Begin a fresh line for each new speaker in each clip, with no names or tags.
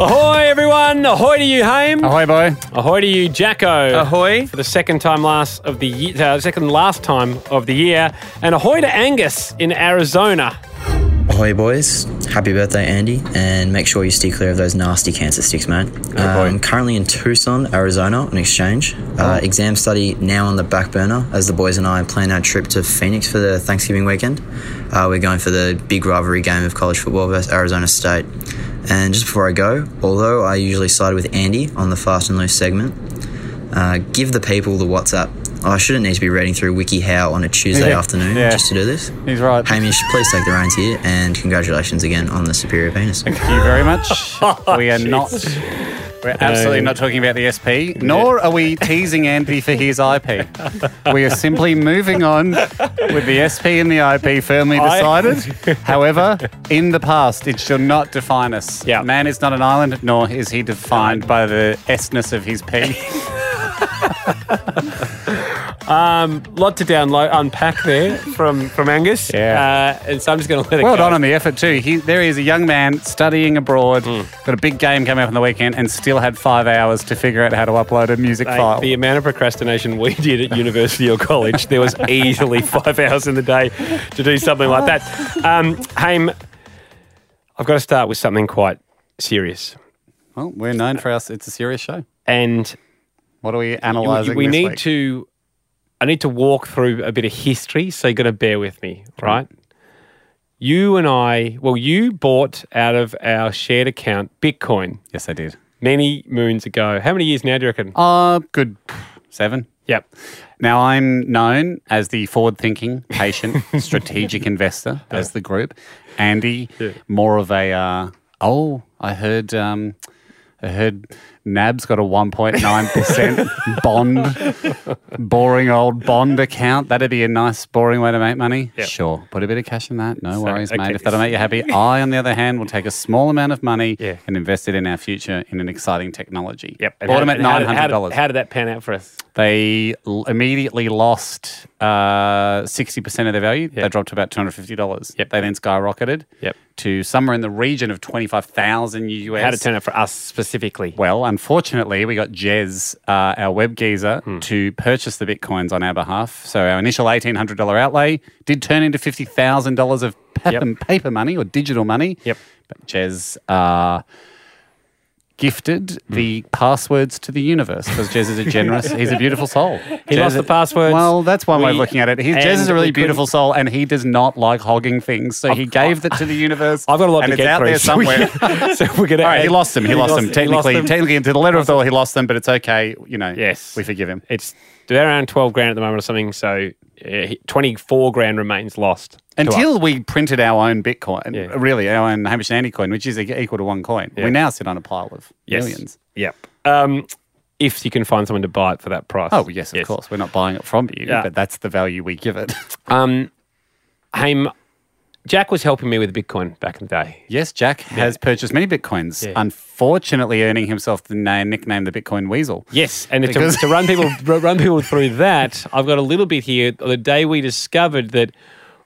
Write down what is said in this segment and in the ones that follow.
Ahoy, everyone! Ahoy to you, Haim!
Ahoy, Oh, boy.
Ahoy to you, Jacko!
Ahoy.
For the second time last of the year, uh, second last time of the year, and ahoy to Angus in Arizona.
Ahoy, boys. Happy birthday, Andy. And make sure you steer clear of those nasty cancer sticks, mate. I'm currently in Tucson, Arizona, on exchange. Uh,
Oh.
exam study now on the back burner as the boys and I plan our trip to Phoenix for the Thanksgiving weekend. Uh, we're going for the big rivalry game of college football versus Arizona State. And just before I go, although I usually side with Andy on the fast and loose segment, uh, give the people the WhatsApp. I shouldn't need to be reading through WikiHow on a Tuesday
Yeah.
afternoon
Yeah.
just to do this.
He's right.
Hamish, please take the reins here, and congratulations again on the superior penis.
Thank you very much.
Oh,
we are not. We're absolutely not talking about the SP, nor are we teasing Andy for his IP. We are simply moving on with the SP and the IP firmly
I-
decided. However, in the past, it shall not define us.
Yeah.
Man is not an island, nor is he defined by the S-ness of his P.
Lot to download, unpack there from from Angus.
Yeah.
Uh, and so I'm just going to let it
Well
go.
done on the effort too. He, there is a young man studying abroad,
Hmm.
got a big game coming up on the weekend, and still had five hours to figure out how to upload a music
Mate,
file.
the amount of procrastination we did at university or college, there was easily five hours in the day to do something like that. Um, Haim, I've got to start with something quite serious.
Well, we're known for us. It's a serious show.
And
What are we
You-
analysing?
we
this
need
week?
to i need to walk through a bit of history so you're going to bear with me right you and i well you bought out of our shared account bitcoin
Yes, I did.
many moons ago how many years now do you reckon
Uh good seven.
yep
Now I'm known as the forward-thinking, patient, strategic investor as the group. Andy, more of a uh, oh, I heard. Um, I heard NAB's got a 1.9% bond, boring old bond account. That'd be a nice, boring way to make money. Sure. Put a bit of cash in that. No worries,
okay.
mate. If that'll make you happy. I, on the other hand, will take a small amount of money
Yeah.
and invest it in our future in an exciting technology.
And
Bought
how-
them at
and how did-
$900.
how did- how did that pan out for us
They l- immediately lost uh, sixty percent of their value. They dropped to about two hundred fifty dollars.
Yep.
They then skyrocketed.
Yep.
To somewhere in the region of twenty five thousand US.
how did it turn out for us specifically
Well, unfortunately, we got Jez, uh, our web geezer,
Hmm.
to purchase the bitcoins on our behalf. So our initial eighteen hundred dollar outlay did turn into fifty thousand dollars of paper,
Yep.
paper money or digital money.
Yep.
But Jez uh, gifted
Hmm.
the passwords to the universe because Jez is a generous. he's a beautiful soul.
He
Jez-
lost the passwords.
Well, that's one way of
We-
looking at it. He, Jez
and
is a
we
really
couldn't-
beautiful soul, and he does not like hogging things. So he gave that to the universe.
I've got a lot
and
to
it's
get
out
through.
there
so we-
somewhere.
so we're going to.
All right, he lost them. He, lost, them. Technically, technically, into the letter of the law, he lost them, but it's okay. You know,
Yes.
we forgive him.
it's they're around twelve grand at the moment or something. So uh, he- twenty-four grand remains lost to us.
Until we printed our own Bitcoin,
Yeah.
really our own Hamish and Andy coin, which is e- equal to one coin, we now sit on a pile of millions.
Yep. Um, if you can find someone to buy it for that price.
Oh yes, of course. We're not buying it from you,
Yeah.
but that's the value we give it.
Haim, Jack was helping me with Bitcoin back in the day.
yes, Jack has purchased many bitcoins. Unfortunately, earning himself the na- nickname the Bitcoin Weasel.
Yes, and to,
Because-
to run people r- run people through that, I've got a little bit here. The day we discovered that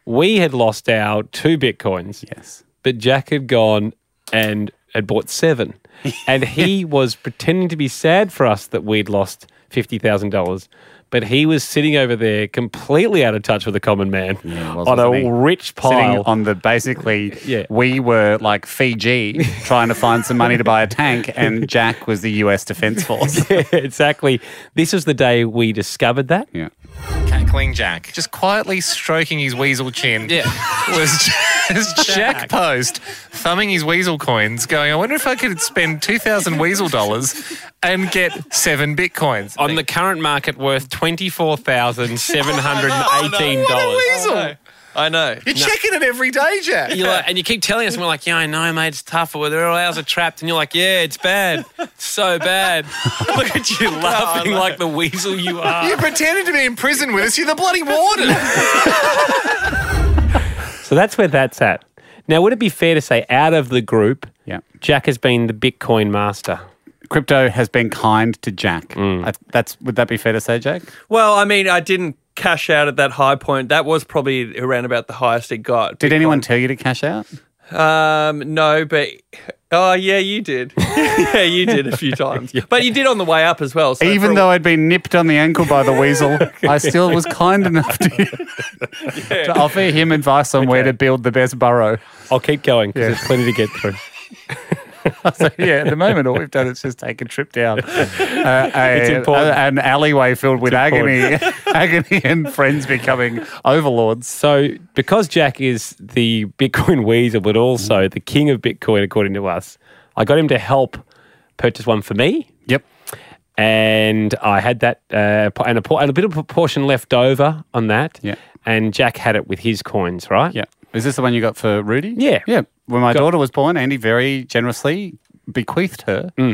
we had lost our two bitcoins,
Yes.
but Jack had gone and had bought seven, and he was pretending to be sad for us that we'd lost fifty thousand dollars. But he was sitting over there completely out of touch with the common man
was,
on a
wasn't he?
rich
sitting
pile
on the basically
Yeah.
we were like Fiji trying to find some money to buy a tank and Jack was the US Defense Force.
exactly. This was the day we discovered that.
Yeah.
cackling Jack, just quietly stroking his weasel chin. Yeah. Was just Jack Post thumbing his weasel coins, going, I wonder if I could spend 2,000 weasel dollars and get seven bitcoins.
on
Oh,
the current market worth twenty four thousand seven hundred and eighteen dollars.
Weasel.
I know.
You're checking it every day, Jack.
You're like, and you keep telling us, and we're like, yeah, I know, mate, it's tough. Or they're all ours are trapped, and you're like, yeah, it's bad, it's so bad. Look at you laughing like the weasel you are.
You pretended to be in prison with us. You're the bloody warden.
So that's where that's at. Now, would it be fair to say, out of the group,
Yeah.
Jack has been the Bitcoin master?
Crypto has been kind to Jack. I, that's would that be fair to say, Jack?
Well, I mean, I didn't cash out at that high point. That was probably around about the highest it got.
Did anyone tell you to cash out?
Um, no, but oh yeah, you did. yeah, you did a few times. But you did on the way up as well. So for
Even
a-
though I'd been nipped on the ankle by the weasel, I still was kind enough to, to offer him advice on where to build the best burrow.
I'll keep going because there's plenty to get through.
So yeah, at the moment, all we've done is just take a trip down uh, a-
It's important.
a- an alleyway filled with agony, agony, and friends becoming overlords.
So, because Jack is the Bitcoin weasel, but
Mm-hmm.
also the king of Bitcoin, according to us, I got him to help purchase one for me.
Yep.
and I had that uh, po- and, a, por- and a bit of a portion left over on that.
Yeah.
And Jack had it with his coins, right?
Yeah. Is this the one you got for Rudy?
Yeah.
Yeah. When my daughter was born, Andy very generously bequeathed her a,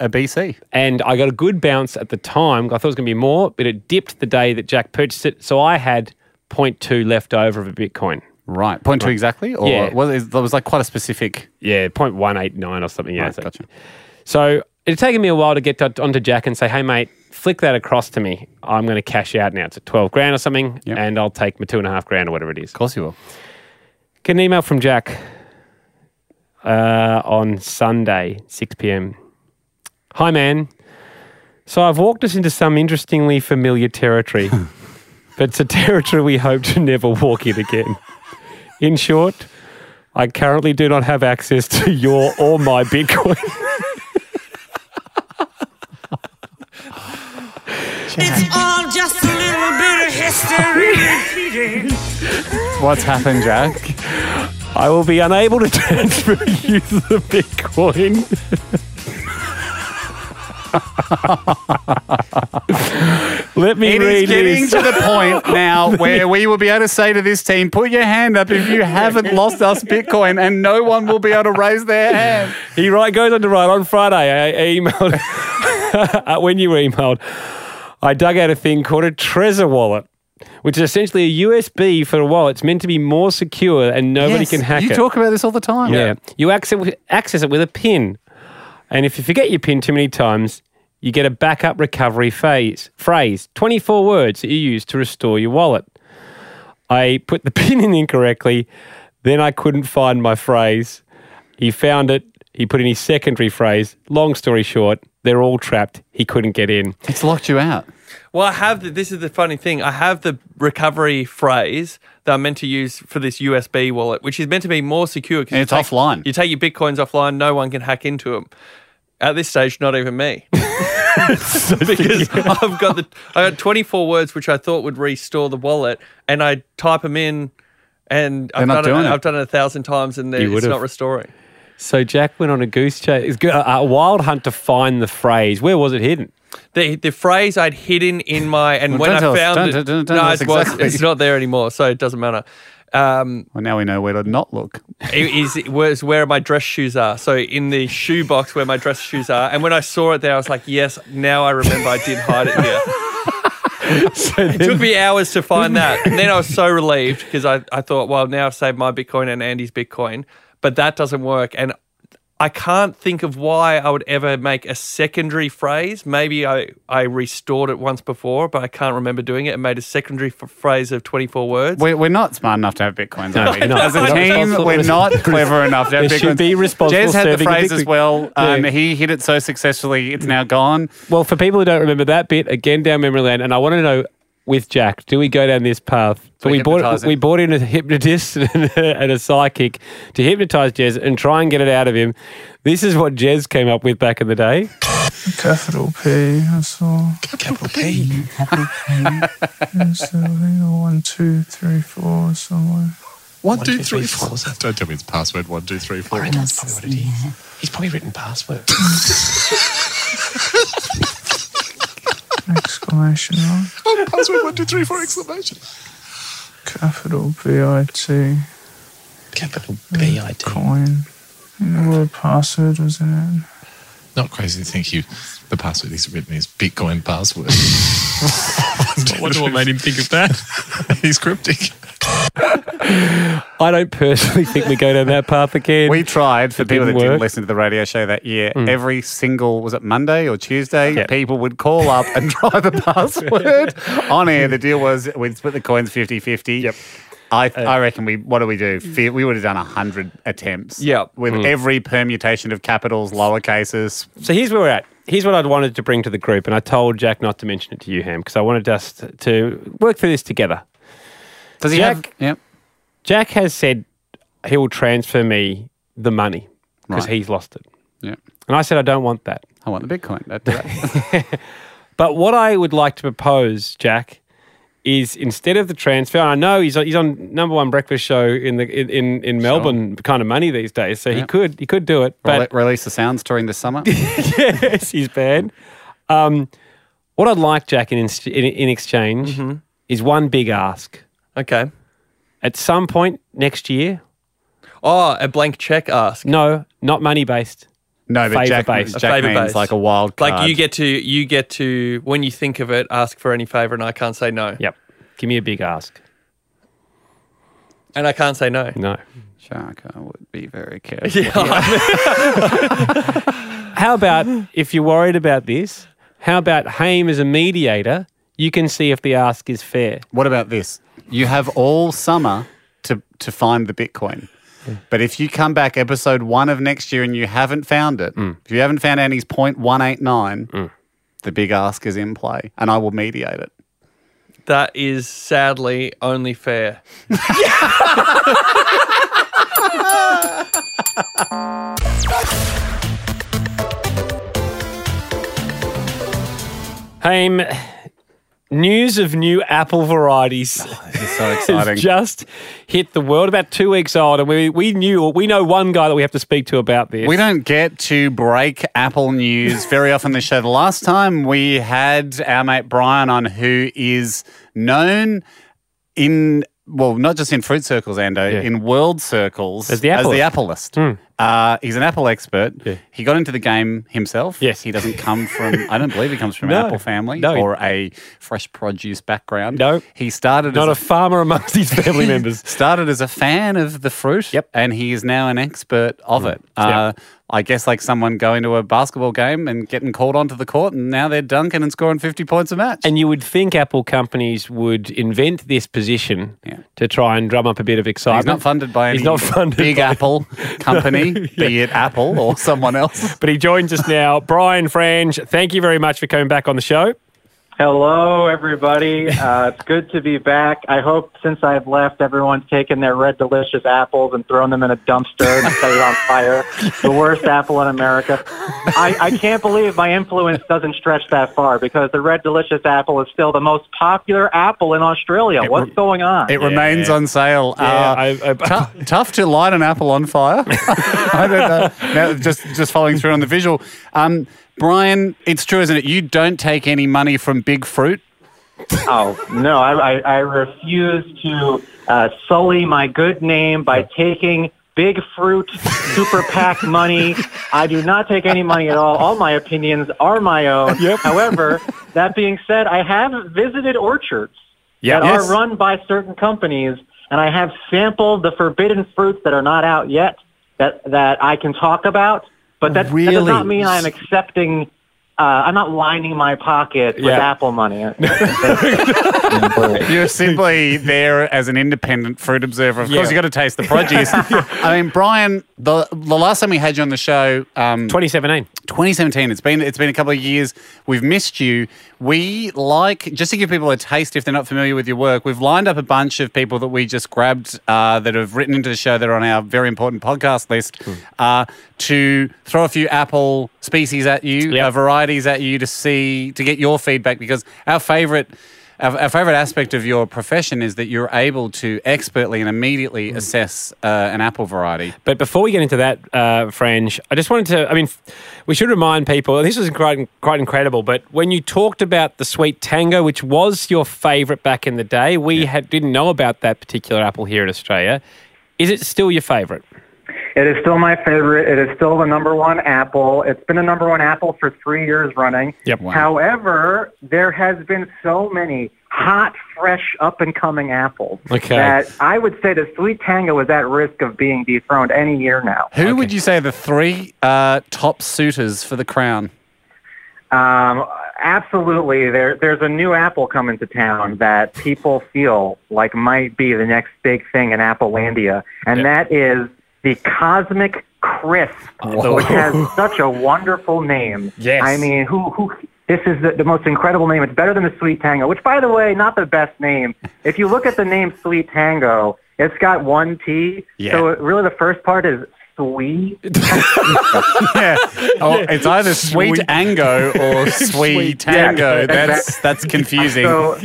a BC.
And I got a good bounce at the time. I thought it was going to be more, but it dipped the day that Jack purchased it. So I had 0.2 left over of a Bitcoin.
Right. Point two exactly? Or
Yeah.
was it, that was like quite a specific.
Yeah, 0.189 or something. Yeah,
Right,
so-
gotcha.
So it had taken me a while to get to, onto Jack and say, hey, mate, flick that across to me. I'm going to cash out now. It's at 12 grand or something,
Yep.
and I'll take my two and a half grand or whatever it is.
Of course you will.
Get an email from Jack uh, on Sunday, 6 p.m. Hi, man. So I've walked us into some interestingly familiar territory, but it's a territory we hope to never walk in again. In short, I currently do not have access to your or my Bitcoin.
It's all just a little bit of history repeating.
What's happened, Jack?
I will be unable to transfer you the Bitcoin. Let me
It
read
is getting
this.
to the point now where we will be able to say to this team, put your hand up if you haven't lost us Bitcoin, and no one will be able to raise their hand.
He right goes on to write on Friday. I, I emailed uh, when you emailed. I dug out a thing called a Trezor wallet, which is essentially a USB for a wallet. It's meant to be more secure and nobody
Yes,
can hack
you
it.
talk about this all the time.
yeah. you access access it with a pin, and if you forget your pin too many times, you get a backup recovery phase phrase. Twenty four words that you use to restore your wallet. I put the pin in incorrectly, then I couldn't find my phrase. He found it. He put in his secondary phrase. Long story short, they're all trapped. He couldn't get in.
It's locked you out.
Well, I have the, this is the funny thing. I have the recovery phrase that I'm meant to use for this USB wallet, which is meant to be more secure. 'cause
And
you
it's
take-
offline.
You take your bitcoins offline. No one can hack into them. At this stage, not even me, because I've got the I got 24 words which I thought would restore the wallet, and I type them in, and I've
not
done
doing
it,
it.
I've done it a thousand times, and they're-
You
it's
would've.
not restoring.
So Jack went on a goose chase, a wild hunt to find the phrase. Where was it hidden?
the the phrase I'd hidden in my and
Well,
when
don't
I
tell us-
found
don't-
it,
don't- don't tell
no,
us
it was-
exactly.
it's not there anymore, so it doesn't matter. Um,
Well, now we know where to not look.
it is it was where my dress shoes are. So in the shoe box where my dress shoes are, and when I saw it there, I was like, yes, now I remember I did hide it here. it took me hours to find that. And then I was so relieved because I, I thought, well, now I've saved my Bitcoin and Andy's Bitcoin, but that doesn't work. And I can't think of why I would ever make a secondary phrase. Maybe I, I restored it once before, but I can't remember doing it and made a secondary f- phrase of 24 words.
We're, we're not smart enough to have bitcoins, are we?
No,
As a
no.
team, we're not clever enough to have
There
bitcoins.
should be responsible
Jez had the
serving of
phrase
Bitcoin.
as well. Um,
Yeah.
He hit it so successfully, it's now gone.
Well, for people who don't remember that bit, again down memory lane, and I want to know with Jack, do we go down this path? So we bought
hypnotise him.
we bought in a hypnotist and a, and a psychic to hypnotize Jez and try and get it out of him. This is what Jez came up with back in the day.
Capital P, that's all. Capital P. Capital P. That's all. Hang on, one, two, three, four, somewhere.
One, two, three, four. Don't tell me it's password one, two, three, four.
That's probably what it is.
He's probably written password.
Exclamation mark.
oh, password one, two, three, four, exclamation.
capital VIT
Capital B I T.
coin. You know what password was in it?
Not crazy to think you. The password he's written is Bitcoin password. I wonder what made him think of that. he's cryptic.
I don't personally think we go down that path again.
We tried for
It
people that
didn't
didn't
work. Mm.
listen to the radio show that year. Every single was it Monday or Tuesday,
Yep.
people would call up and try the password on air. The deal was we'd split the coins 50-50.
Yep. Uh,
I, I reckon we what do we do? Fe- We would have done hundred attempts.
Yep.
With
Mm.
every permutation of capitals, lowercases.
So here's where we're at. Here's what I'd wanted to bring to the group, and I told Jack not to mention it to you, Ham, because I wanted us to- to work through this together.
Does he
Jack-
have Yep.
Jack has said he will transfer me the money because
Right.
he's lost it.
Yep.
And I said, I don't want that.
I want the Bitcoin. That, that.
But what I would like to propose, Jack, is instead of the transfer, and I know he's on, he's on number one breakfast show in the in, in, in Melbourne kind of money these days, so he
Yep.
could he could do it, but
Rele- release the sounds during the summer.
yes, he's bad. Um, what I'd like, Jack, in inst- in, in exchange is one big ask.
Okay.
At some point next year,
Oh, a blank check ask.
no, not money based.
No, but
Favour
Jack,
base. A
Jack
favour
means
base.
like a wild card.
Like you get to you get to when you think of it, ask for any favor, and I can't say no.
Yep, give me a big ask.
And I can't say no.
No.
Jack, I would be very careful.
How about if you're worried about this? How about Haim as a mediator? You can see if the ask is fair.
What about this? You have all summer to to find the Bitcoin. But if you come back episode one of next year and you haven't found it, if you haven't found Annie's point one eight nine, the big ask is in play, and I will mediate it.
That is sadly only fair.
Haim, news of new Apple varieties
It's so exciting.
has just hit the world. About two weeks old, and we we knew we know one guy that we have to speak to about this.
we don't get to break Apple news very often this show. The last time we had our mate Brian on, who is known in well, not just in fruit circles, Ando, in world circles
As the Hmm.
Appleist. Uh, he's an Apple expert. He got into the game himself.
Yes.
he doesn't come from. I don't believe he comes from an
No.
Apple family
No.
or a fresh produce background.
No.
he started
not a
as
farmer amongst his family members.
started as a fan of the fruit.
Yep. Mm.
And he is now an expert of it. Uh, I guess like someone going to a basketball game and getting called onto the court, and now they're dunking and scoring 50 points a match.
And you would think Apple companies would invent this position
Yeah.
to try and drum up a bit of excitement.
He's not funded by any
He's not funded
big
by-
Apple company, be it Apple or someone else.
But he joins us now. Brian Frange, thank you very much for coming back on the show.
Hello, everybody. Uh, it's good to be back. I hope since I've left, everyone's taken their red delicious apples and thrown them in a dumpster and set it on fire. The worst apple in America. I, I can't believe my influence doesn't stretch that far because the red delicious apple is still the most popular apple in Australia. What's going on?
It remains on sale.
Yeah,
Uh,
I- I-
tou- tough to light an apple on fire. I don't know. Now, just just following through on the visual, um, Brian. It's true, isn't it? You don't take any money from Big Fruit.
Oh no, I, I, I refuse to uh, sully my good name by taking big fruit super PAC money. I do not take any money at all. All my opinions are my own. However, that being said, I have visited orchards
Yeah,
that
yes.
are run by certain companies, and I have sampled the forbidden fruits that are not out yet that that I can talk about. But that, that does
Really?
not mean I'm accepting. Uh, I'm not lining my pocket with
Yeah.
Apple money.
You're simply there as an independent fruit observer. Of course, you
Yeah.
got to taste the produce. I mean, Brian, the the last time we had you on the show, um,
2017.
2017. It's been it's been a couple of years. We've missed you. We like just to give people a taste if they're not familiar with your work. We've lined up a bunch of people that we just grabbed uh, that have written into the show that are on our very important podcast list uh, to throw a few apple species at you,
Yep.
uh, varieties at you to see to get your feedback because our favorite. Our, our favorite aspect of your profession is that you're able to expertly and immediately assess uh, an apple variety.
But before we get into that, uh, Fringe, I just wanted to, I mean, f- we should remind people, this was quite, quite incredible, but when you talked about the Sweet Tango, which was your favourite back in the day, we had, didn't know about that particular apple here in Australia. Is it still your favourite?
It is still my favorite. It is still the number one apple. It's been the number one apple for three years running.
Yep. Wow.
However, there has been so many hot, fresh, up and coming apples
Okay.
that I would say the Sweet Tango is at risk of being dethroned any year now.
Who would you say are the three uh, top suitors for the crown?
Um, absolutely, there there's a new apple coming to town that people feel like might be the next big thing in Applelandia, and that is the Cosmic Crisp, which has such a wonderful name.
Yes.
I mean, who who. This is the, the most incredible name. It's better than the Sweet Tango, which, by the way, not the best name. If you look at the name Sweet Tango, it's got one T.
Yeah.
So it, really, the first part is sweet.
yeah. Oh, it's either sweet,
Sweet.
ango or sweet tango.
Yeah,
that's that's confusing.
So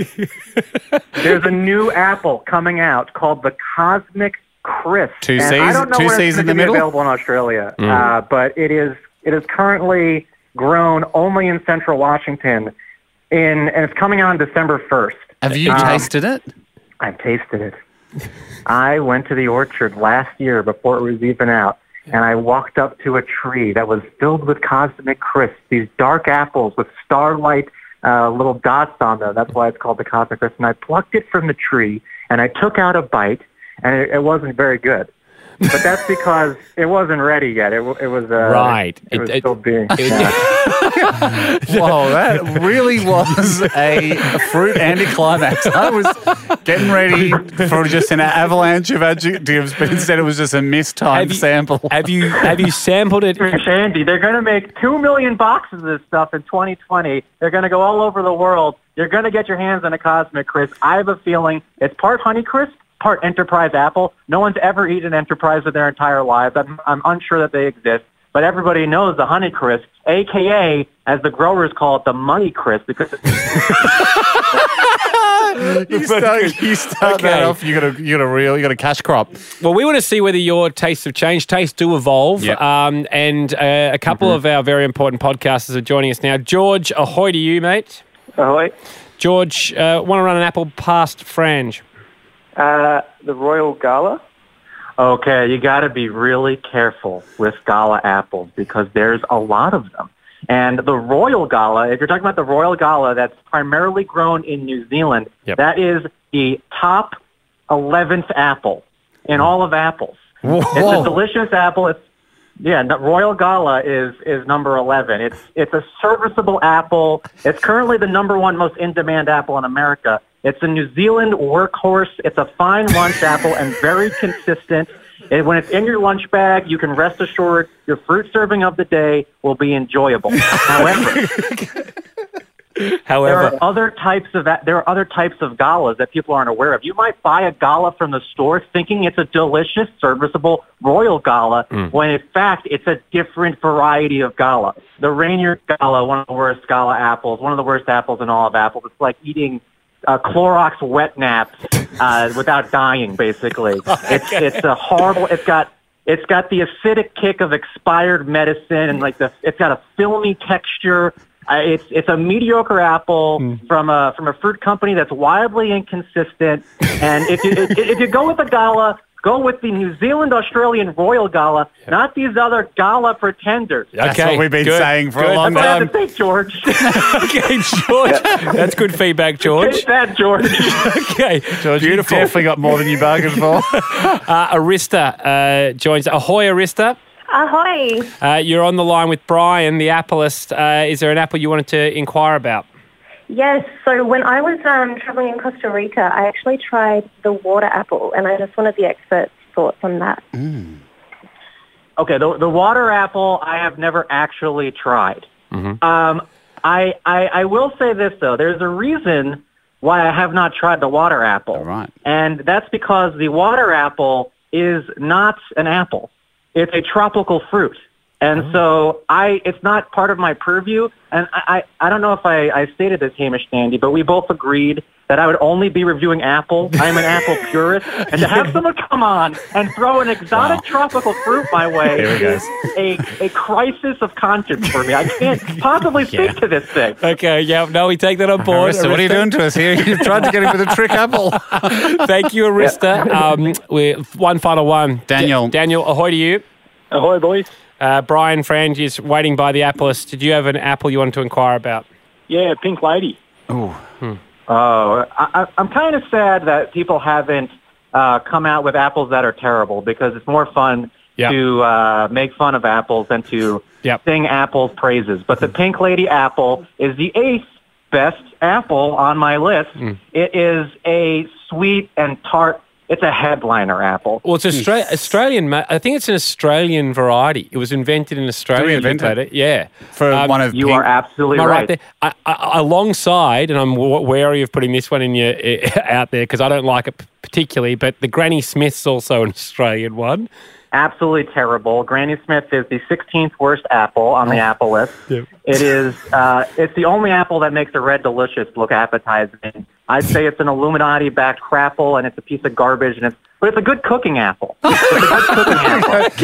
there's a new apple coming out called the Cosmic Crisp.
Two
and
Cs-
I don't know
two
where
Cs
it's
in the
gonna be
middle? Mm.
Available in Australia, uh, but it is it is currently grown only in Central Washington, in and it's coming out on December first.
Have you tasted it?
I've tasted it. I went to the orchard last year before it was even out, and I walked up to a tree that was filled with cosmic crisps, these dark apples with starlight uh, little dots on them. That's why it's called the cosmic crisp. And I plucked it from the tree, and I took out a bite, and it, it wasn't very good. But that's because it wasn't ready yet. It, w- it was uh,
Right.
It,
It-
was
it-
still being.
Whoa, that really was a fruit anticlimax. I was getting ready for just an avalanche of adjectives, but instead it was just a mistimed
Have you-
sample.
Have you have you sampled it?
Shandy, they're going to make two million boxes of this stuff in 2020. They're going to go all over the world. You're going to get your hands on a Cosmic Crisp. I have a feeling it's part Honeycrisp, part Enterprise Apple. No one's ever eaten Enterprise in their entire lives. I'm, I'm unsure that they exist, but everybody knows the Honeycrisp, aka as the growers call it, the Money Crisp, because
you start, you start
Okay.
that off. You got a you got a real you got a cash crop.
Well, we want to see whether your tastes have changed. Tastes do evolve.
Yep. Mm-hmm.
Um, and uh, a couple of our very important podcasters are joining us now. George, ahoy to you, mate.
ahoy,
George, uh, want to run an apple past Frange?
uh, the Royal Gala. Okay, you got to be really careful with gala apples because there's a lot of them. And the Royal Gala, if you're talking about the Royal Gala that's primarily grown in New Zealand,
Yep.
that is the top 11th apple in all of apples. It's a delicious apple. It's yeah, no- Royal Gala is is number eleven. It's it's a serviceable apple. It's currently the number one most in demand apple in America. It's a New Zealand workhorse. It's a fine lunch apple and very consistent. And when it's in your lunch bag, you can rest assured your fruit serving of the day will be enjoyable. However, there
However,
are other types of there are other types of galas that people aren't aware of. You might buy a gala from the store thinking it's a delicious, serviceable royal gala, when in fact it's a different variety of gala. The Rainier Gala, one of the worst gala apples, one of the worst apples in all of apples. It's like eating uh, Clorox wet naps uh, without dying. Basically, it's it's a horrible. It's got it's got the acidic kick of expired medicine, and like the it's got a filmy texture. Uh, it's it's a mediocre apple from a from a fruit company that's wildly inconsistent. And if you if, if you go with the gala, go with the New Zealand Australian Royal Gala, not these other gala pretenders.
That's
Okay,
what we've been
good,
saying for a
good.
long
That's what I
time.
have to say, George.
okay, George. That's good feedback, George.
Take that, George.
Okay,
George, you
beautiful.
definitely got more than you bargained for.
Uh, Arista uh, joins. Ahoy, Arista.
Ahoy.
Uh, you're on the line with Brian, the appleist. Uh, is there an apple you wanted to inquire about?
Yes, so when I was um, traveling in Costa Rica, I actually tried the water apple, and I just wanted the experts' thoughts on that.
Okay, the, the water apple I have never actually tried. Um, I, I I will say this though, there's a reason why I have not tried the water apple,
right.
and that's because the water apple is not an apple; it's a tropical fruit, And so I, it's not part of my purview. And I, I, I don't know if I, I stated this, Hamish Dandy, but we both agreed that I would only be reviewing Apple. I am an Apple purist. And to have someone come on and throw an exotic tropical fruit my way
Here we go.
is a, a crisis of conscience for me. I can't possibly speak to this thing.
Okay, yeah, no, we take that on board.
Arista, what are you doing to us here? You've tried to get him with a trick apple.
Thank you, Arista. Um, we one final one. Daniel. Daniel, ahoy to you.
Ahoy, boys.
Uh, Brian Frange is waiting by the Appleist. Did you have an apple you wanted to inquire about?
Yeah, Pink Lady.
Oh,
Oh, I, I- I'm kind of sad that people haven't uh, come out with apples that are terrible because it's more fun to uh, make fun of apples than to sing apples praises. But the Pink Lady apple is the eighth best apple on my list. It is a sweet and tart. It's a headliner apple.
Well, it's Austra- Australian. ma- I think it's an Australian variety. It was invented in Australia.
we invent
Look at
it?
Yeah, for
one of Um, You Pink- are absolutely right.
there? I, I, alongside, and I'm w- wary of putting this one in your out there because I don't like it p- particularly. But the Granny Smith's also an Australian one.
Absolutely terrible. Granny Smith is the 16th worst apple on the apple list. It is. Uh, it's the only apple that makes the red delicious look appetizing. I'd say it's an Illuminati-backed crapple, and it's a piece of garbage, and it's but it's a good cooking apple.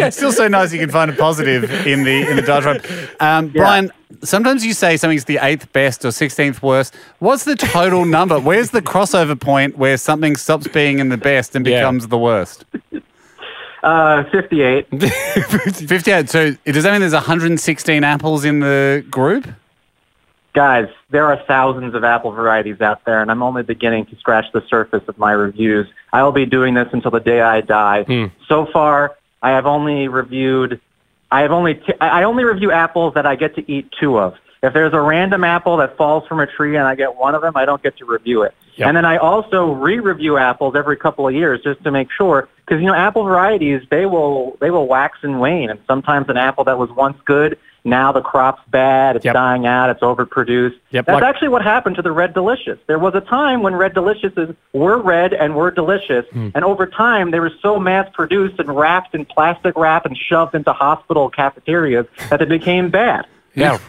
Still so nice you can find a positive in the in the diatribe. Um, Brian, sometimes you say something's the eighth best or sixteenth worst. What's the total number? Where's the crossover point where something stops being in the best and becomes the worst?
Uh, fifty-eight.
fifty-eight. So does that mean there's 116 apples in the group?
Guys, there are thousands of apple varieties out there, and I'm only beginning to scratch the surface of my reviews. I will be doing this until the day I die. So far, I have only reviewed. I have only. T- I I only review apples that I get to eat two of. If there's a random apple that falls from a tree and I get one of them, I don't get to review it.
Yep.
And then I also re-review apples every couple of years just to make sure, because you know apple varieties they will they will wax and wane, and sometimes an apple that was once good now the crop's bad, it's dying out, it's overproduced.
Yep,
That's
like-
actually what happened to the red delicious. There was a time when red deliciouses were red and were delicious,
Hmm.
and over time they were so mass produced and wrapped in plastic wrap and shoved into hospital cafeterias that they became bad.
Yeah.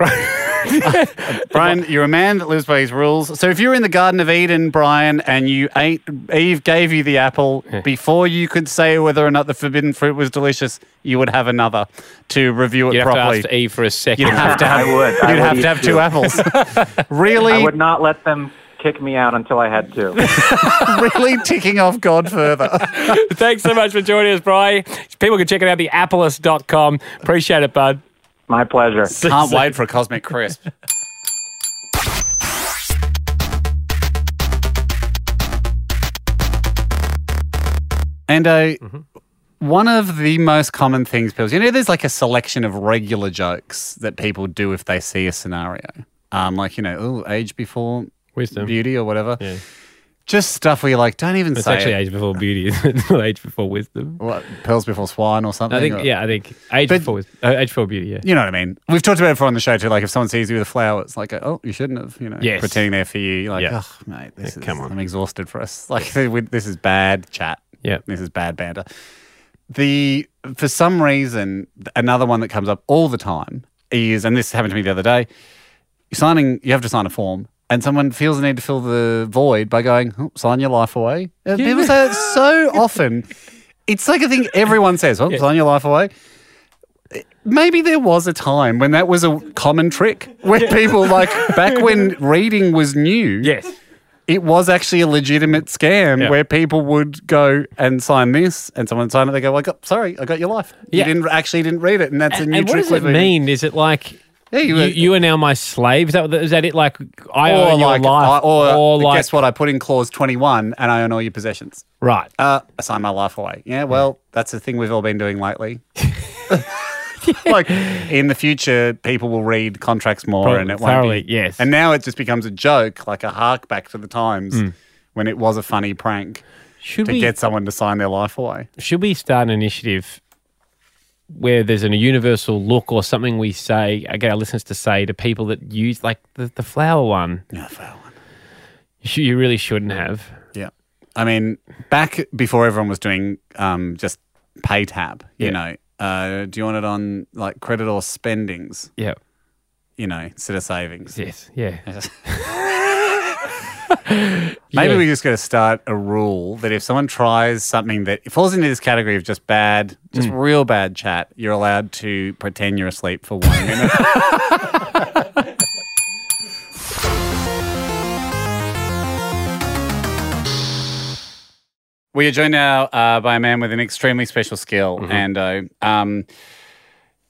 Brian, you're a man that lives by his rules. So if you were in the Garden of Eden, Brian, and you ate, Eve gave you the apple before you could say whether or not the forbidden fruit was delicious, you would have another to review it
You'd have to
properly.
ask Eve for a second.
You'd have to have,
I would.
You'd
I would
have
eat
to have
two.
two apples. really?
I would not let them kick me out until I had two.
really ticking off God further.
Thanks so much for joining us, Brian. People can check it out, theappleist.com. Appreciate it, bud.
My pleasure.
Can't wait for a cosmic crisp. And uh,
Mm-hmm.
one of the most common things people, you know, there's like a selection of regular jokes that people do if they see a scenario. Um, like, you know, oh, age before wisdom, beauty, or whatever. Just stuff where you're like, don't even
It's
say
actually
it.
age before beauty, isn't it? age before wisdom.
What, pearls before swine or something?
I think,
or-
yeah, I think age before wisdom. Uh, age before beauty, yeah.
You know what I mean? We've talked about it before on the show too. Like if someone sees you with a flower, it's like, oh, you shouldn't have. You know,
Yes.
pretending they're for you. You're like, oh, mate, this is, come on. I'm exhausted for us. Like we, this is bad chat.
Yeah.
this is bad banter. The for some reason another one that comes up all the time is, and this happened to me the other day. You're signing, you have to sign a form, and someone feels the need to fill the void by going, oh, sign your life away. And People say it uh, so often. It's like a thing everyone says, oh, sign your life away. Maybe there was a time when that was a common trick where people, like back when reading was new.
Yes.
It was actually a legitimate scam
Yeah.
where people would go and sign this, and someone signed it. They go, "I got sorry, I got your life.
Yeah.
You didn't actually didn't read it, and that's a,
And,
new
and what
trick."
does it
we've been-
mean? Is it like
Yeah, you
you,
were-
you, are now my slave? Is that, what the- is that it? Like I own your
like,
life,
I- or,
or
but
like
guess what? I put in clause twenty-one, and I own all your possessions.
right?
Uh, I sign my life away. Yeah, well, that's the thing we've all been doing lately. like in the future, people will read contracts more,
Probably-
and it won't
thoroughly,
be.
yes.
And now it just becomes a joke, like a hark back to the times
Mm.
when it was a funny prank
Should
to
we-
get someone to sign their life away.
Should we start an initiative where there's an, a universal look or something we say, I get our listeners to say to people that use, like the, the flower one?
Yeah, flower
one. You, should, you really shouldn't have.
Yeah. I mean, back before everyone was doing um, just pay tab, you
Yeah.
know, uh, do you want it on like credit or spendings?
Yeah.
You know, instead of savings. Yes.
Yeah.
Maybe
Yeah.
we just got to start a rule that if someone tries something that falls into this category of just bad, just
Mm.
real bad chat, you're allowed to pretend you're asleep for one minute. We are joined now uh, by a man with an extremely special skill,
Mm-hmm.
and um,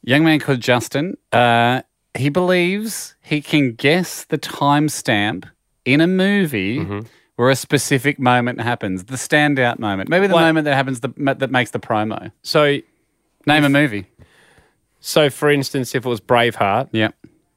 young man called Justin. Uh, he believes he can guess the timestamp in a movie
Mm-hmm.
where a specific moment happens, the standout moment, maybe the moment that happens the, ma- that makes the promo.
So,
name a movie.
So, for instance, if it was Braveheart,
yeah,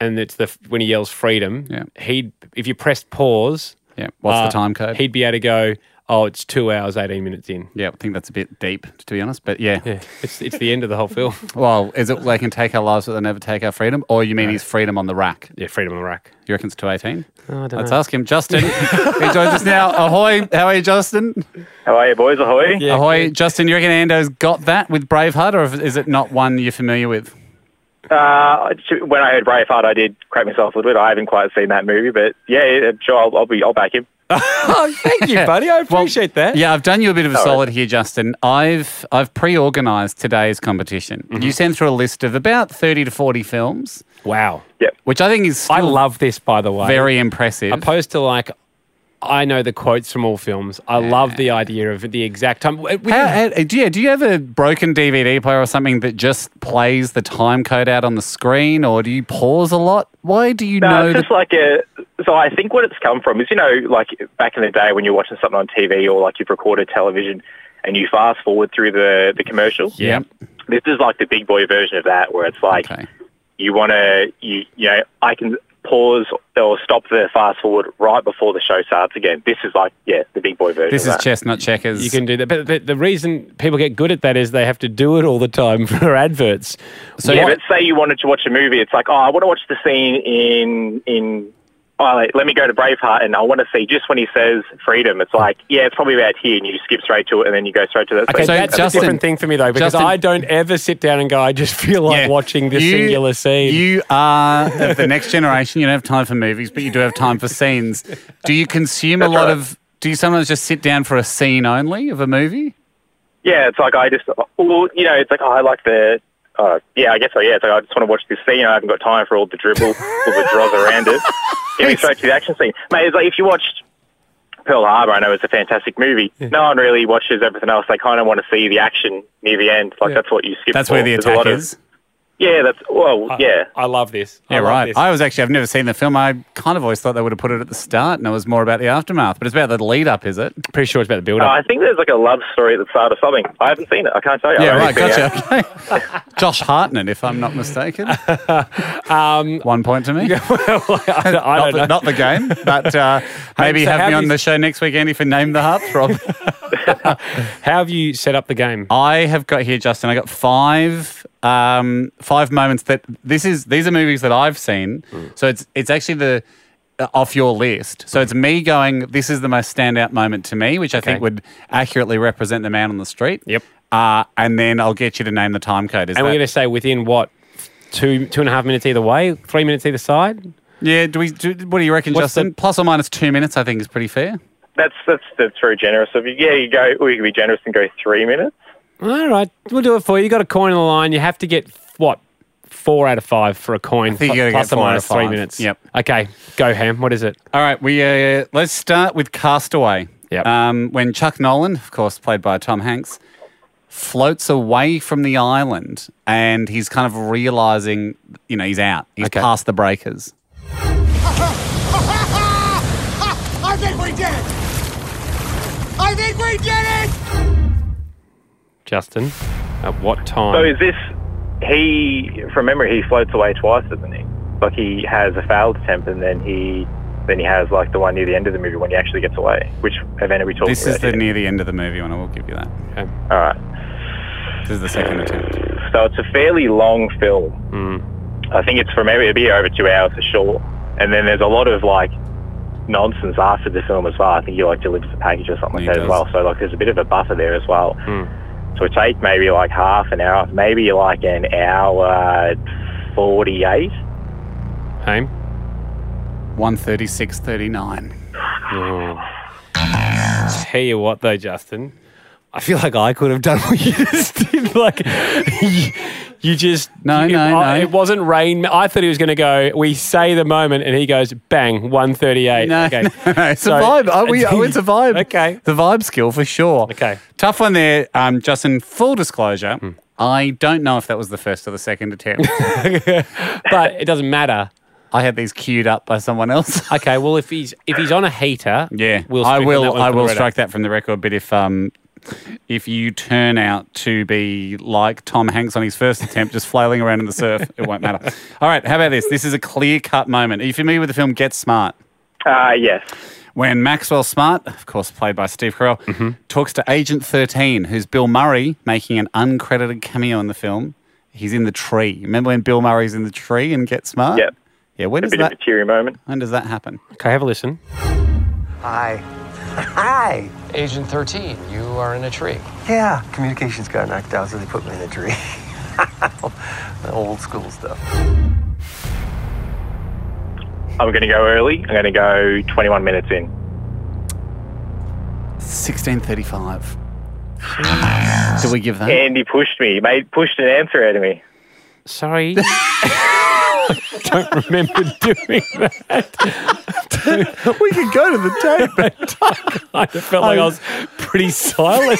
and it's the when he yells freedom,
yeah,
he'd if you pressed pause,
yeah, What's
Uh,
the time code?
He'd be able to go, oh, it's two hours eighteen minutes in.
Yeah, I think that's a bit deep, to be honest, but yeah,
yeah, it's it's the end of the whole film.
Well, is it they can take our lives, but they never take our freedom? Or you mean his freedom on the rack?
Yeah, freedom on the rack.
You reckon it's two eighteen?
Oh, I don't
Let's
know.
ask him, Justin. he joins us now. Ahoy! How are you, Justin?
How are you, boys? Ahoy!
Ahoy, Justin. You reckon Ando's got that with Braveheart, or is it not one you're familiar with?
Uh, when I heard Braveheart, I did crack myself a little bit. I haven't quite seen that movie, but yeah, I'm sure I'll, I'll be. I'll back him.
oh, thank you, buddy. I appreciate that.
Yeah, I've done you a bit of a solid here, Justin. I've I've pre-organised today's competition.
Mm-hmm.
You sent through a list of about thirty to forty films.
Wow.
Yep.
Which I think is
I love this, by the way.
very impressive.
Opposed to like, I know the quotes from all films. I love the idea of the exact time. With-
How, how, do, you, do you have a broken DVD player or something that just plays the time code out on the screen, or do you pause a lot? Why do you
No,
know?
it's just
that-
like a. So I think what it's come from is you know like back in the day when you're watching something on TV or like you've recorded television and you fast forward through the the commercial.
yeah.
This is like the big boy version of that, where it's like you want to you you know I can pause or stop the fast forward right before the show starts again. This is like yeah the big boy version.
This
of
is
that.
chestnut checkers.
You can do that. But, but the reason people get good at that is they have to do it all the time for adverts.
So yeah, but say you wanted to watch a movie, it's like, oh, I want to watch the scene in in. Oh, like, let me go to Braveheart, and I want to see just when he says freedom. It's like, yeah, it's probably about here, and you skip straight to it, and then you go straight to that.
Okay,
scene.
that's a different thing for me though, because
Justin-
I don't ever sit down and go, I just feel like watching this singular scene.
You are of the next generation. You don't have time for movies, but you do have time for scenes. Do you consume a
That's
lot
right.
of? Do you sometimes just sit down for a scene only of a movie?
Yeah, it's like I just, well, you know, it's like oh, I like the. Uh, yeah, I guess so. Yeah, it's like I just want to watch this scene. I haven't got time for all the dribble, all the draws around it. Get me straight to the action scene, mate. It's like if you watched Pearl Harbor, I know it's a fantastic movie. No one really watches everything else. They kind of want to see the action near the end. Like that's what you skip.
That's
for.
where the
There's a lot
attack
of-
is.
yeah, that's well,
Uh,
yeah.
I love this.
Yeah, right. I was actually, I've never seen the film. I kind of always thought they would have put it at the start and it was more about the aftermath, but it's about the lead up, is it?
Pretty sure it's about the build
Uh, I think there's like a love story at the start of something. I haven't seen it. I can't tell you. I
yeah,
haven't
right.
seen it.
Gotcha. Okay. Josh Hartnett, if I'm not mistaken.
Um,
One point to me. not, the, not the game, but uh, maybe
so how
have me
do
on
you-
the show next week, Andy, for Name the Harp, Rob.
How have you set up the game?
I have got here, Justin. I got five, um, five moments that this is. These are movies that I've seen, so it's it's actually the uh, off your list. So it's me going. This is the most standout moment to me, which I think would accurately represent the man on the street. Yep. Uh, and then I'll get you to name the time code. Is
and
that,
we're going to say within what two two and a half minutes either way, three minutes either side.
yeah. Do we? Do, what do you reckon,
What's
Justin? Plus or minus two minutes, I think is pretty fair.
That's that's that's very generous of you. Yeah, you go. We can be generous and go three minutes.
All right, we'll do it for you. You got a coin on the line. You have to get what four out of five for a coin.
think
pl-
you gotta
plus
get
or
four out
minus
of
three
five.
minutes.
Yep.
Okay, go ham. What is it?
All right, we uh, let's start with Castaway. Yeah. Um, when Chuck Nolan, of course, played by Tom Hanks, floats away from the island, and he's kind of realizing, you know, he's out. He's past the breakers.
I think we did it! I think we did it!
Justin, at what time?
So is this he? From memory, he floats away twice, doesn't he? Like he has a failed attempt, and then he then he has like the one near the end of the movie when he actually gets away. Which event are
Oh,
we talking
This
about?
is the
here?
near the end of the movie one. I will give you that.
All right.
This is the second attempt.
So it's a fairly long film. I think it's from every it'd be over two hours for sure. And then there's a lot of like nonsense after the film as well. I think he like delivers a package or something like that as well. So like there's a bit of a buffer there as well. So it take maybe like half an hour, maybe like an hour 48.
Home.
136.39.
Tell you what, though, Justin, I feel like I could have done what you just did. Like, you, you just no,
no, no.
It wasn't rain. I thought he was going to go. We say the moment, and he goes bang, one thirty-eight.
No,
okay,
no, no, it's a vibe. I, we, I, it's a vibe.
Okay,
the vibe skill for sure.
Okay. Hmm.
Tough one there, um, Justin. Full disclosure, I don't know if that was the first or the second attempt.
but it doesn't matter.
I had these queued up by someone else.
Okay, well if he's if he's on a heater,
yeah,
we'll
I
strike that
will.
one
I
from the
will
radar.
strike that from the record. But if um, if you turn out to be like Tom Hanks on his first attempt, just flailing around in the surf, it won't matter. All right, how about this? This is a clear cut moment. Are you familiar with the film Get Smart?
Uh, yes.
When Maxwell Smart, of course played by Steve Carell, talks to Agent 13, who's Bill Murray making an uncredited cameo in the film. He's in the tree. Remember when Bill Murray's in the tree in Get Smart?
Yep.
Yeah, when
a
does
bit
Uh, that
of a teary moment.
when does that happen?
Okay, have a listen.
Hi. Hi. Agent 13, you are in a tree. Yeah, communications got knocked out, so they put me in a tree. the old school stuff.
I'm going to go early. I'm going to go 21 minutes in.
1635. Do we give that?
Andy pushed me. Mate pushed an answer out of me.
Sorry. I don't remember doing that.
we could go to the
tape. I felt like I was pretty silent.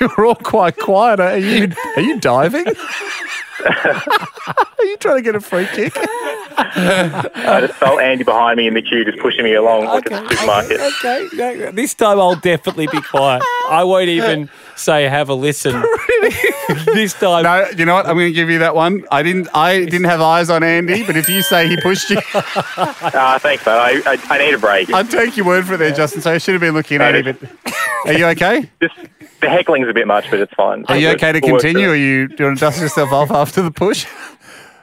we were all quite quiet. Are you, are you diving? Are you trying to get a free kick?
I just felt Andy behind me in the queue, just pushing me along like a supermarket.
okay, no, this time I'll definitely be quiet. I won't even say have a listen. this time,
no. You know what? I'm going to give you that one. I didn't. I didn't have eyes on Andy, but if you say he pushed you,
Ah, thanks, mate. I, I, I need a break.
I'd take your word for it, there, Justin. So I should have been looking at Andy. But are you okay?
The heckling's a bit much, but it's fine.
Are you
We'll-
okay to
we'll work
continue?
through
Or
it.
you do you want to dust yourself off after the push?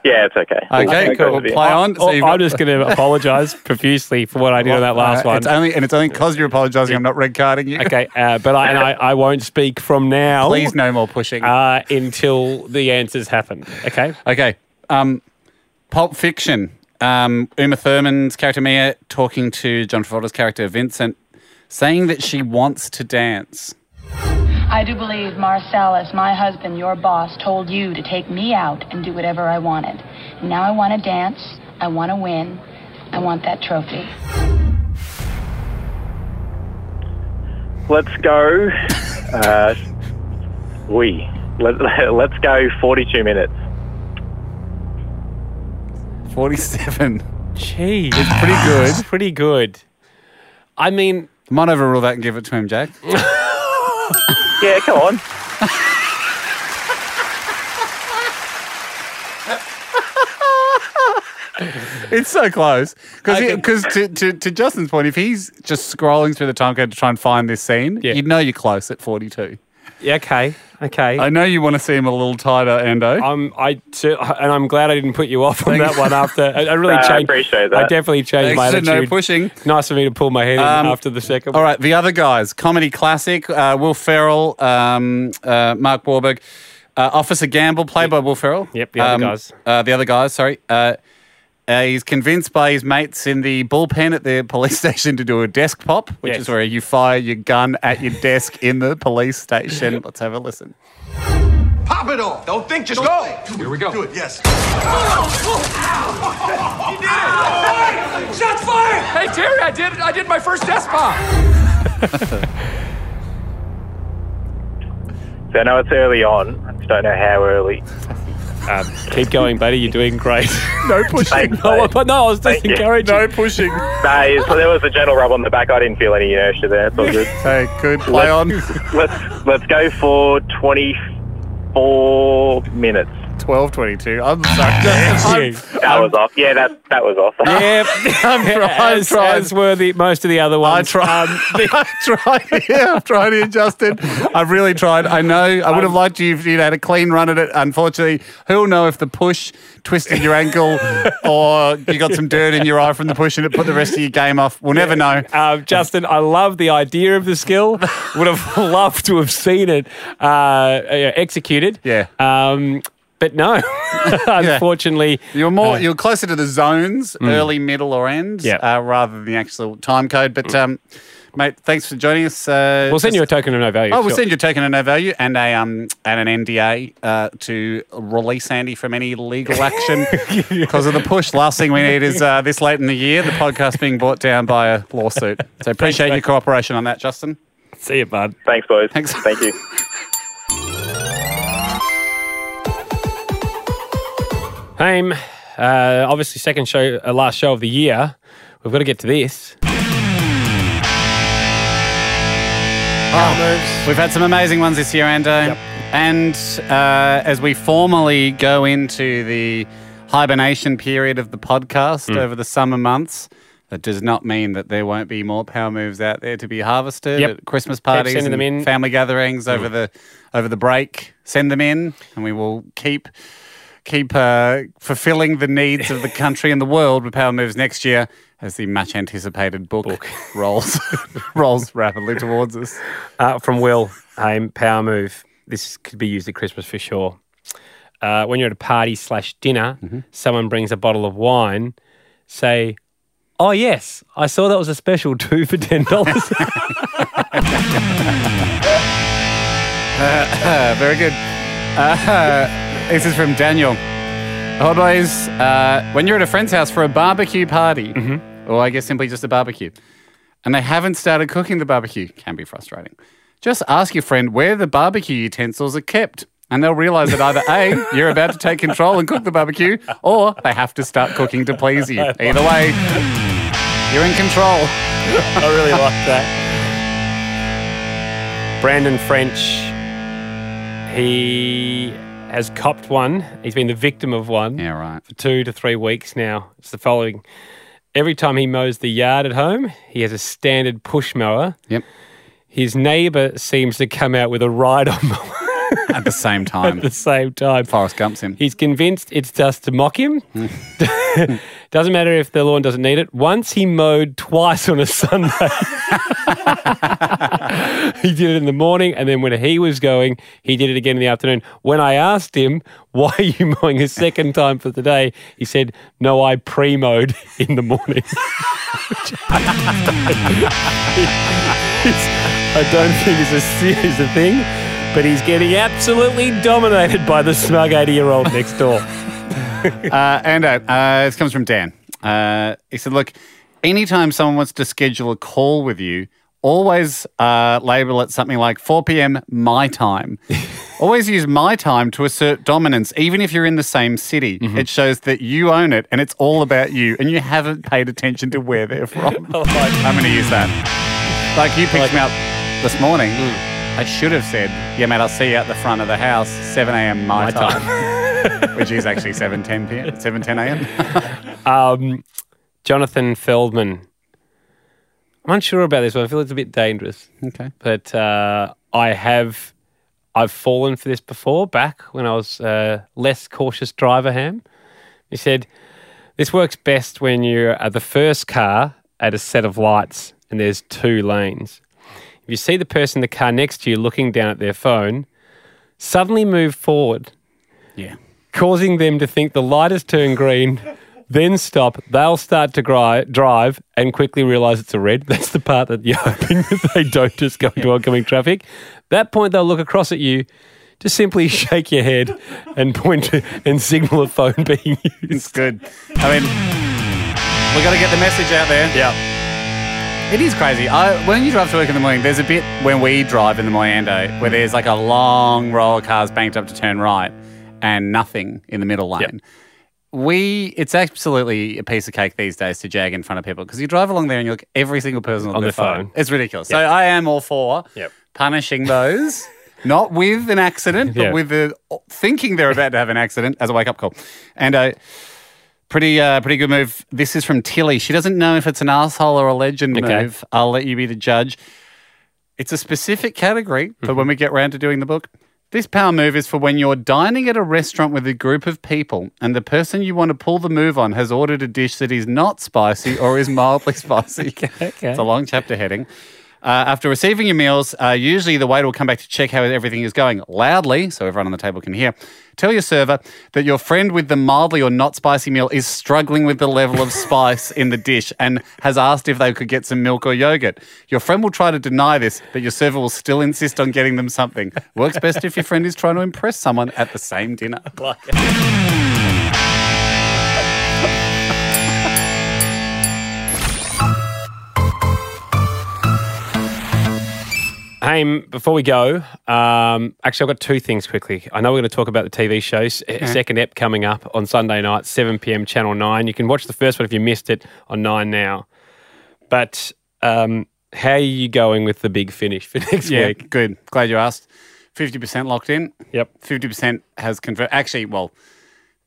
Yeah, it's okay.
Okay, cool. Play on. So you've
oh, I'm
got-
just going to apologise profusely for what I did on that last
Uh,
one.
It's only, and it's only because you're apologising. I'm not red carding you.
Okay, uh, but I, and I, I won't speak from now.
Please, no more pushing.
Uh, until the answers happen. Okay.
Okay. Um, Pulp Fiction. Um, Uma Thurman's character Mia talking to John Travolta's character Vincent, saying that she wants to dance.
I do believe Marcellus, my husband, your boss, told you to take me out and do whatever I wanted. And now I want to dance. I want to win. I want that trophy.
Let's go. Uh, we. Let, let's go 42 minutes.
47.
Jeez.
It's pretty good.
It's pretty good. I mean,
might overrule that and give it to him, Jack.
Yeah, come on.
it's so close because to, to, to Justin's point, if he's just scrolling through the time code to try and find this scene, you'd know you're close at 42.
Yeah, okay. Okay.
I know you want to see him a little tighter, Ando.
I'm, I cer- and I'm glad I didn't put you off on that one after. I, I really
Nah, I
changed.
appreciate that.
I definitely changed
Thanks
my
to
attitude.
no pushing.
Nice of me to pull my head
Um,
in after the second.
All right, the other guys, comedy classic, uh, Will Ferrell, um, uh, Mark Wahlberg, uh, Officer Gamble, played by Will Ferrell. Yep,
the other guys.
Uh, the other guys, sorry. Uh, uh, he's convinced by his mates in the bullpen at the police station to do a desk pop, which
Yes.
is where you fire your gun at your desk in the police station. Let's have a listen.
Pop it off. Don't think, just go. Here we go. Do it, yes. You did it! Shots fired! Hey, Terry, I did it. I did my first desk pop.
So I know it's early on. I just don't know how early.
Um, keep going, buddy. You're doing great.
no pushing.
no, I- but no, I was just
Thank you.
encouraging.
No pushing.
Nah, so there was a gentle rub on the back. I didn't feel any inertia there. It's all good.
Hey, good. Play on.
Let's let's go for 24 minutes.
twelve twenty-two. I'm sorry.
That was off. Yeah, that that was off.
Yeah, I'm trying. As, as were the, most of the other ones. Um, I tried.
I tried. Yeah, I've tried here, Justin. I've really tried. I know. I
Um,
would have liked you if you'd had a clean run at it. Unfortunately, who'll know if the push twisted your ankle or you got some dirt in your eye from the push and it put the rest of your game off. We'll never know.
Um, Justin, I love the idea of the skill. Would have loved to have seen it uh, uh, executed.
Yeah.
Um, but no, unfortunately, uh,
You're more. you're closer to the zones, early, middle, or end,
Mm. Yeah. Mm.
uh, rather than the actual time code. But um, mate, thanks for joining us. Uh,
we'll send
just-
you a token of no value.
Oh, we'll
sure.
send you a token of no value and a um and an NDA uh, to release Andy from any legal action because of the push. Last thing we need is uh, this late in the year the podcast being brought down by a lawsuit. So appreciate your cooperation on that, Justin.
See you, bud.
Thanks, boys.
Thanks.
Thank you.
Haim, uh, obviously, second show, uh, last show of the year. We've got to get to this.
We've had some amazing ones this year, Ando. And uh, as we formally go into the hibernation period of the podcast
Mm.
over the summer months, that does not mean that there won't be more power moves out there to be harvested
Yep.
at Christmas
Keep
parties
sending
and
them in.
family gatherings over
Mm.
the over the break. Send them in, and we will keep keep uh, fulfilling the needs of the country and the world with power moves next year as the much anticipated book, rolls rolls rapidly towards us.
Uh, from Will, Haim, power move. This could be used at Christmas for sure. Uh, when you're at a party slash dinner, someone brings a bottle of wine. Say, "Oh yes, I saw that was a special two for ten dollars."
Uh, very good. Uh, this is from Daniel. Hi, boys. Uh, when you're at a friend's house for a barbecue party, or I guess simply just a barbecue, and they haven't started cooking the barbecue, can be frustrating. Just ask your friend where the barbecue utensils are kept, and they'll realize that either A, you're about to take control and cook the barbecue, or they have to start cooking to please you. Either way, you're in control.
I really like that. Brandon French, he has copped one. He's been the victim of one.
Yeah, right.
For two to three weeks now. It's the following. Every time he mows the yard at home, he has a standard push mower.
Yep.
His neighbour seems to come out with a ride on mower
At the same
at
time,
the same time.
Forrest Gump's him.
He's convinced it's just to mock him. doesn't matter if the lawn doesn't need it. Once he mowed twice on a Sunday. he did it in the morning, and then when he was going, he did it again in the afternoon. When I asked him, why are you mowing a second time for today? He said, no, I pre mowed in the morning. It's- I don't think it's a serious thing, but he's getting absolutely dominated by the smug 80 year old next door.
uh, and uh, uh, this comes from Dan. Uh, he said, "Look, anytime someone wants to schedule a call with you, always uh, label it something like 4 p.m. my time. always use my time to assert dominance, even if you're in the same city. It shows that you own it, and it's all about you, and you haven't paid attention to where they're from. I'm going to use that. Like Mm. you picked me up this morning." I should have said, "Yeah, mate, I'll see you at the front of the house, 7 a.m. my, time. which is actually 7.10 p.m., 7.10 a.m.
Um, Jonathan Feldman. I'm unsure about this one. I feel it's a bit dangerous.
Okay.
But uh, I have, I've fallen for this before back when I was uh, less cautious driver, Ham. He said, this works best when you're uh, the first car at a set of lights and there's two lanes. If you see the person in the car next to you looking down at their phone, suddenly move forward
Yeah.
causing them to think the light has turned green, then stop. They'll start to gri- drive and quickly realize it's a red. That's the part that you're hoping that they don't just go into oncoming traffic. That point, they'll look across at you. Just simply shake your head and point to, and signal a phone being used.
It's good. I mean, we got to get the message out there.
Yeah.
It is crazy. I, when you drive to work in the morning, there's a bit when we drive in the Moyando where there's like a long row of cars banked up to turn right and nothing in the middle lane. We, it's absolutely a piece of cake these days to jag in front of people because you drive along there and you look every single person on,
On
their
their phone.
It's ridiculous. So I am all for
Yep.
punishing those Not with an accident, but with the thinking they're about to have an accident as a wake up call. And uh, pretty uh, pretty good move. This is from Tilly. She doesn't know if it's an asshole or a legend
Okay.
move. I'll let you be the judge. It's a specific category, but when we get round to doing the book, this power move is for when you're dining at a restaurant with a group of people and the person you want to pull the move on has ordered a dish that is not spicy or is mildly spicy. It's a long chapter heading. Uh, after receiving your meals, uh, usually the waiter will come back to check how everything is going loudly, so everyone on the table can hear. Tell your server that your friend with the mildly or not spicy meal is struggling with the level of spice in the dish and has asked if they could get some milk or yogurt. Your friend will try to deny this, but your server will still insist on getting them something. Works best if your friend is trying to impress someone at the same dinner.
Hey, before we go, um, actually, I've got two things quickly. I know we're going to talk about the TV shows.
Okay.
uh, Second ep coming up on Sunday night, 7 p.m., Channel 9. You can watch the first one if you missed it on 9 now. But um, how are you going with the big finish for next
yeah,
week?
good. Glad you asked. Fifty percent locked in.
Yep.
Fifty percent has convert. Actually, well,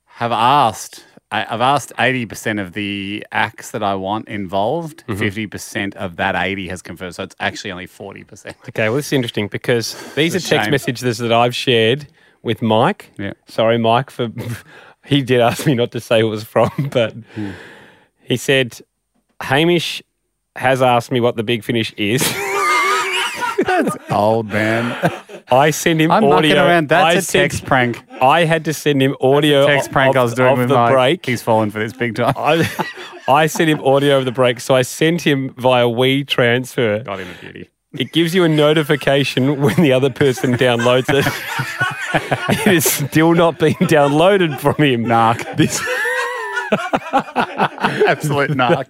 have asked. I, I've asked eighty percent of the acts that I want involved.
Mm-hmm.
50 percent of that eighty has confirmed, so it's actually only forty percent.
Okay, well, this is interesting because these
It's
are
a
text
shame.
messages that I've shared with Mike. Yeah. Sorry, Mike, for he did ask me not to say who it was from, but
Hmm.
he said Hamish has asked me what the big finish is. That's
old man.
I send him
I'm
audio.
knocking around. That's
I
a
sent-
text prank.
I had to send him audio
text prank
of,
I was doing
of
with
the
Mike.
break.
He's fallen for this big time.
I, I sent him audio of the break, so I sent him via we transfer. Got him a beauty. It gives you a notification when the other person downloads it. it is still not being downloaded from him. Narc. This
Absolute narc.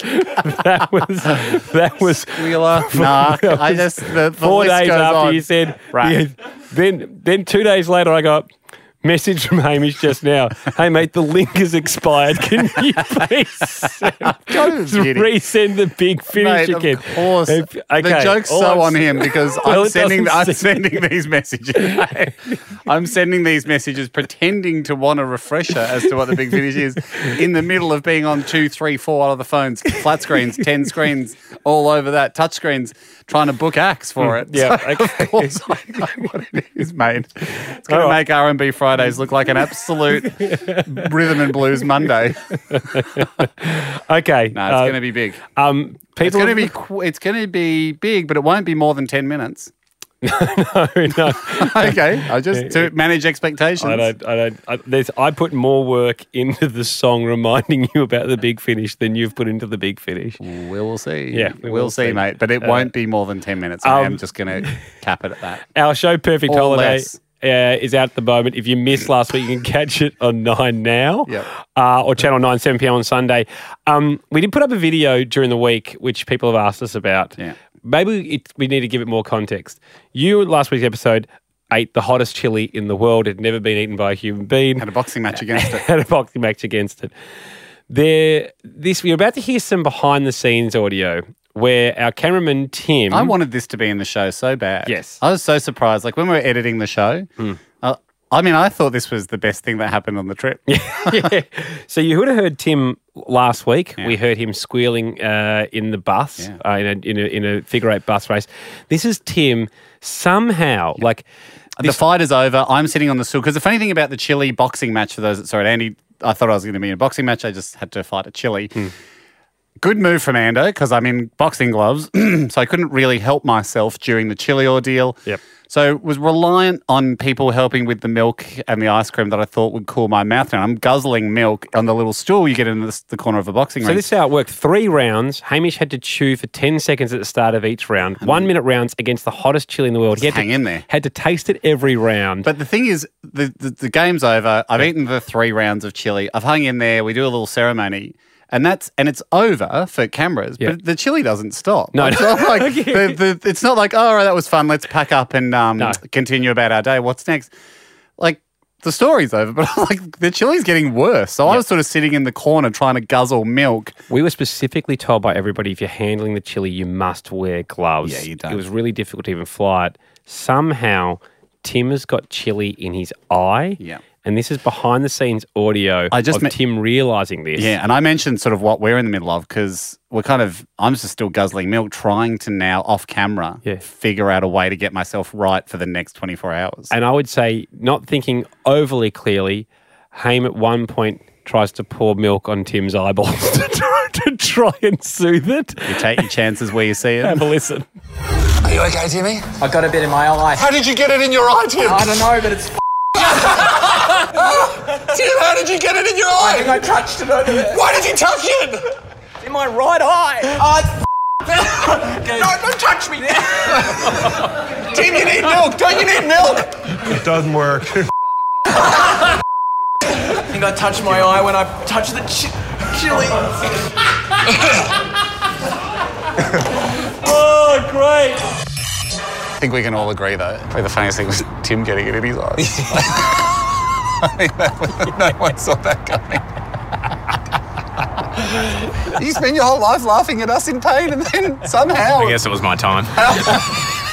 that was that was
Wheeler
Nah,
narc. I just the, the
four
list
days
goes
after
on.
you said
Right.
yeah, then then two days later I got message from Hamish just now. hey mate, the link has expired. Can you please send,
kidding.
resend the big finish
Mate, of
again?
course.
If-
The
okay,
joke's
all
so
I'm
on
s-
him because
Well,
I'm
it
sending
doesn't
I'm
seem-
sending these messages. I'm sending these messages pretending to want a refresher as to what the big finish is in the middle of being on two, three, four other phones, flat screens, ten screens, all over that, touch screens, trying to book acts for it.
Hmm. Yeah,
So, of course I know what it is, mate. It's gonna make R and B Fridays look like an absolute rhythm and blues Monday.
okay.
No, it's
uh,
going to be big.
Um,
it's
people-
going to be qu- it's going to be big, but it won't be more than ten minutes.
no,
okay. I just to manage expectations.
I don't. I don't. I, there's. I put more work into the song reminding you about the big finish than you've put into the big finish.
We'll see.
Yeah,
we will see, mate. But it
Uh,
won't be more than ten minutes. I am
um,
just going to cap it at that.
Our show Perfect
Or
Holiday
less.
uh, is out at the moment. If you missed last week, you can catch it on Nine now, uh, or Channel Nine, seven pm on Sunday. Um, we did put up a video during the week, which people have asked us about. Yeah. Maybe it, we need to give it more context. You last week's episode ate the hottest chili in the world. It had never been eaten by a human being. Had
a boxing match against it.
Had a boxing match against it. There, this we're about to hear some behind the scenes audio where our cameraman Tim.
I wanted this to be in the show so bad.
Yes. Hmm.
I was so surprised. Like when we were editing the show, uh, I mean, I thought this was the best thing that happened on the trip.
yeah. So you would have heard Tim last week. We heard him squealing uh, in the bus uh, in, a, in, a, in a figure eight bus race. This is Tim somehow like
the fight is over. I'm sitting on the stool because the funny thing about the Chile boxing match for those that saw it, Andy, I thought I was going to be in a boxing match. I just had to fight a Chile.
Hmm.
Good move from Ando because I'm in boxing gloves, so I couldn't really help myself during the Chile ordeal. Yep. So was reliant on people helping with the milk and the ice cream that I thought would cool my mouth down. I'm guzzling milk on the little stool you get in the, the corner of a boxing
So
ring.
this is how it worked. Three rounds. Hamish had to chew for ten seconds at the start of each round. One minute rounds against the hottest chili in the world. He had
hang
to,
in there.
Had to taste it every round.
But the thing is, the, the, the game's over. I've eaten the three rounds of chili. I've hung in there. We do a little ceremony. And that's and it's over for cameras, but the chili doesn't stop.
No,
it's
no.
not like the, the, it's not like oh, all right, that was fun. Let's pack up and um, continue about our day. What's next? Like the story's over, but like the chili's getting worse. So I was sort of sitting in the corner trying to guzzle milk.
We were specifically told by everybody if you're handling the chili, you must wear gloves. Yeah, you don't. It was really difficult to even fly it. Somehow, Tim has got chili in his eye.
Yeah.
And this is behind the scenes audio I just of
me-
Tim realizing this.
Yeah, and I mentioned sort of what we're in the middle of because we're kind of I'm just still guzzling milk, trying to now off camera figure out a way to get myself right for the next 24 hours.
And I would say, not thinking overly clearly, Haim at one point tries to pour milk on Tim's eyeballs to, try, to try and soothe it. You
take your chances where you see it.
Have a listen.
Are you okay, Timmy? I got a bit in my eye.
How did you get it in your eye, Tim? I don't know, but it's. Tim, how did you get it in your eye? I think I touched it over there. Why did you touch it? In my right eye. Oh, it's no, don't touch me. Tim, you need milk. Don't you need milk?
It doesn't work.
I think I touched my eye when I touched the chi- chili. oh, great.
I think we can all agree though. Probably the funniest thing was Tim getting it in his eyes. I mean, that was- no one saw that coming.
You spend your whole life laughing at us in pain, and then somehow,
I guess it was my time.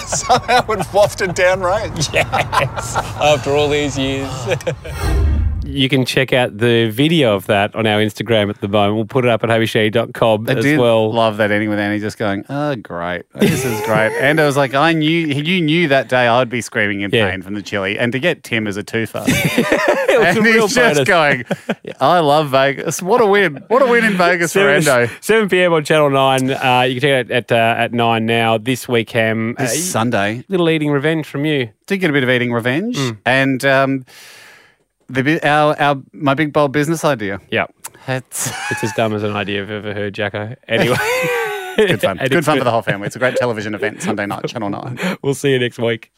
somehow it wafted downrange. Yes.
After all these years.
You can check out the video of that on our Instagram at the moment. We'll put it up at habishady.com
I
as
did
well.
love that ending with Annie just going, "Oh, great, this is great." and I was like, "I knew you knew that day I would be screaming in pain from the chili." And to get Tim as a twofer,
was a
and
real
he's just
bonus.
going, "I love Vegas. What a win! What a eh? win in Vegas for
Seven-
Endo."
7 p.m. on Channel 9. Uh, you can check it out at, uh, at 9 now. This week, Ham.
This Sunday.
Little eating revenge from you.
Did get a bit of eating revenge, and um, the bi- our our my big bold business idea.
Yeah.
It's,
as dumb as an idea I've ever heard, Jacko. Anyway. good
fun. Good fun for the whole family. It's a great television event Sunday night, Channel 9.
We'll see you next week.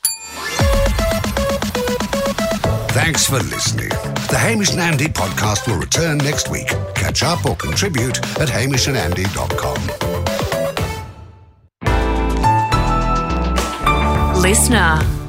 Thanks for listening. The Hamish and Andy podcast will return next week. Catch up or contribute at hamishandandy.com.
Listener.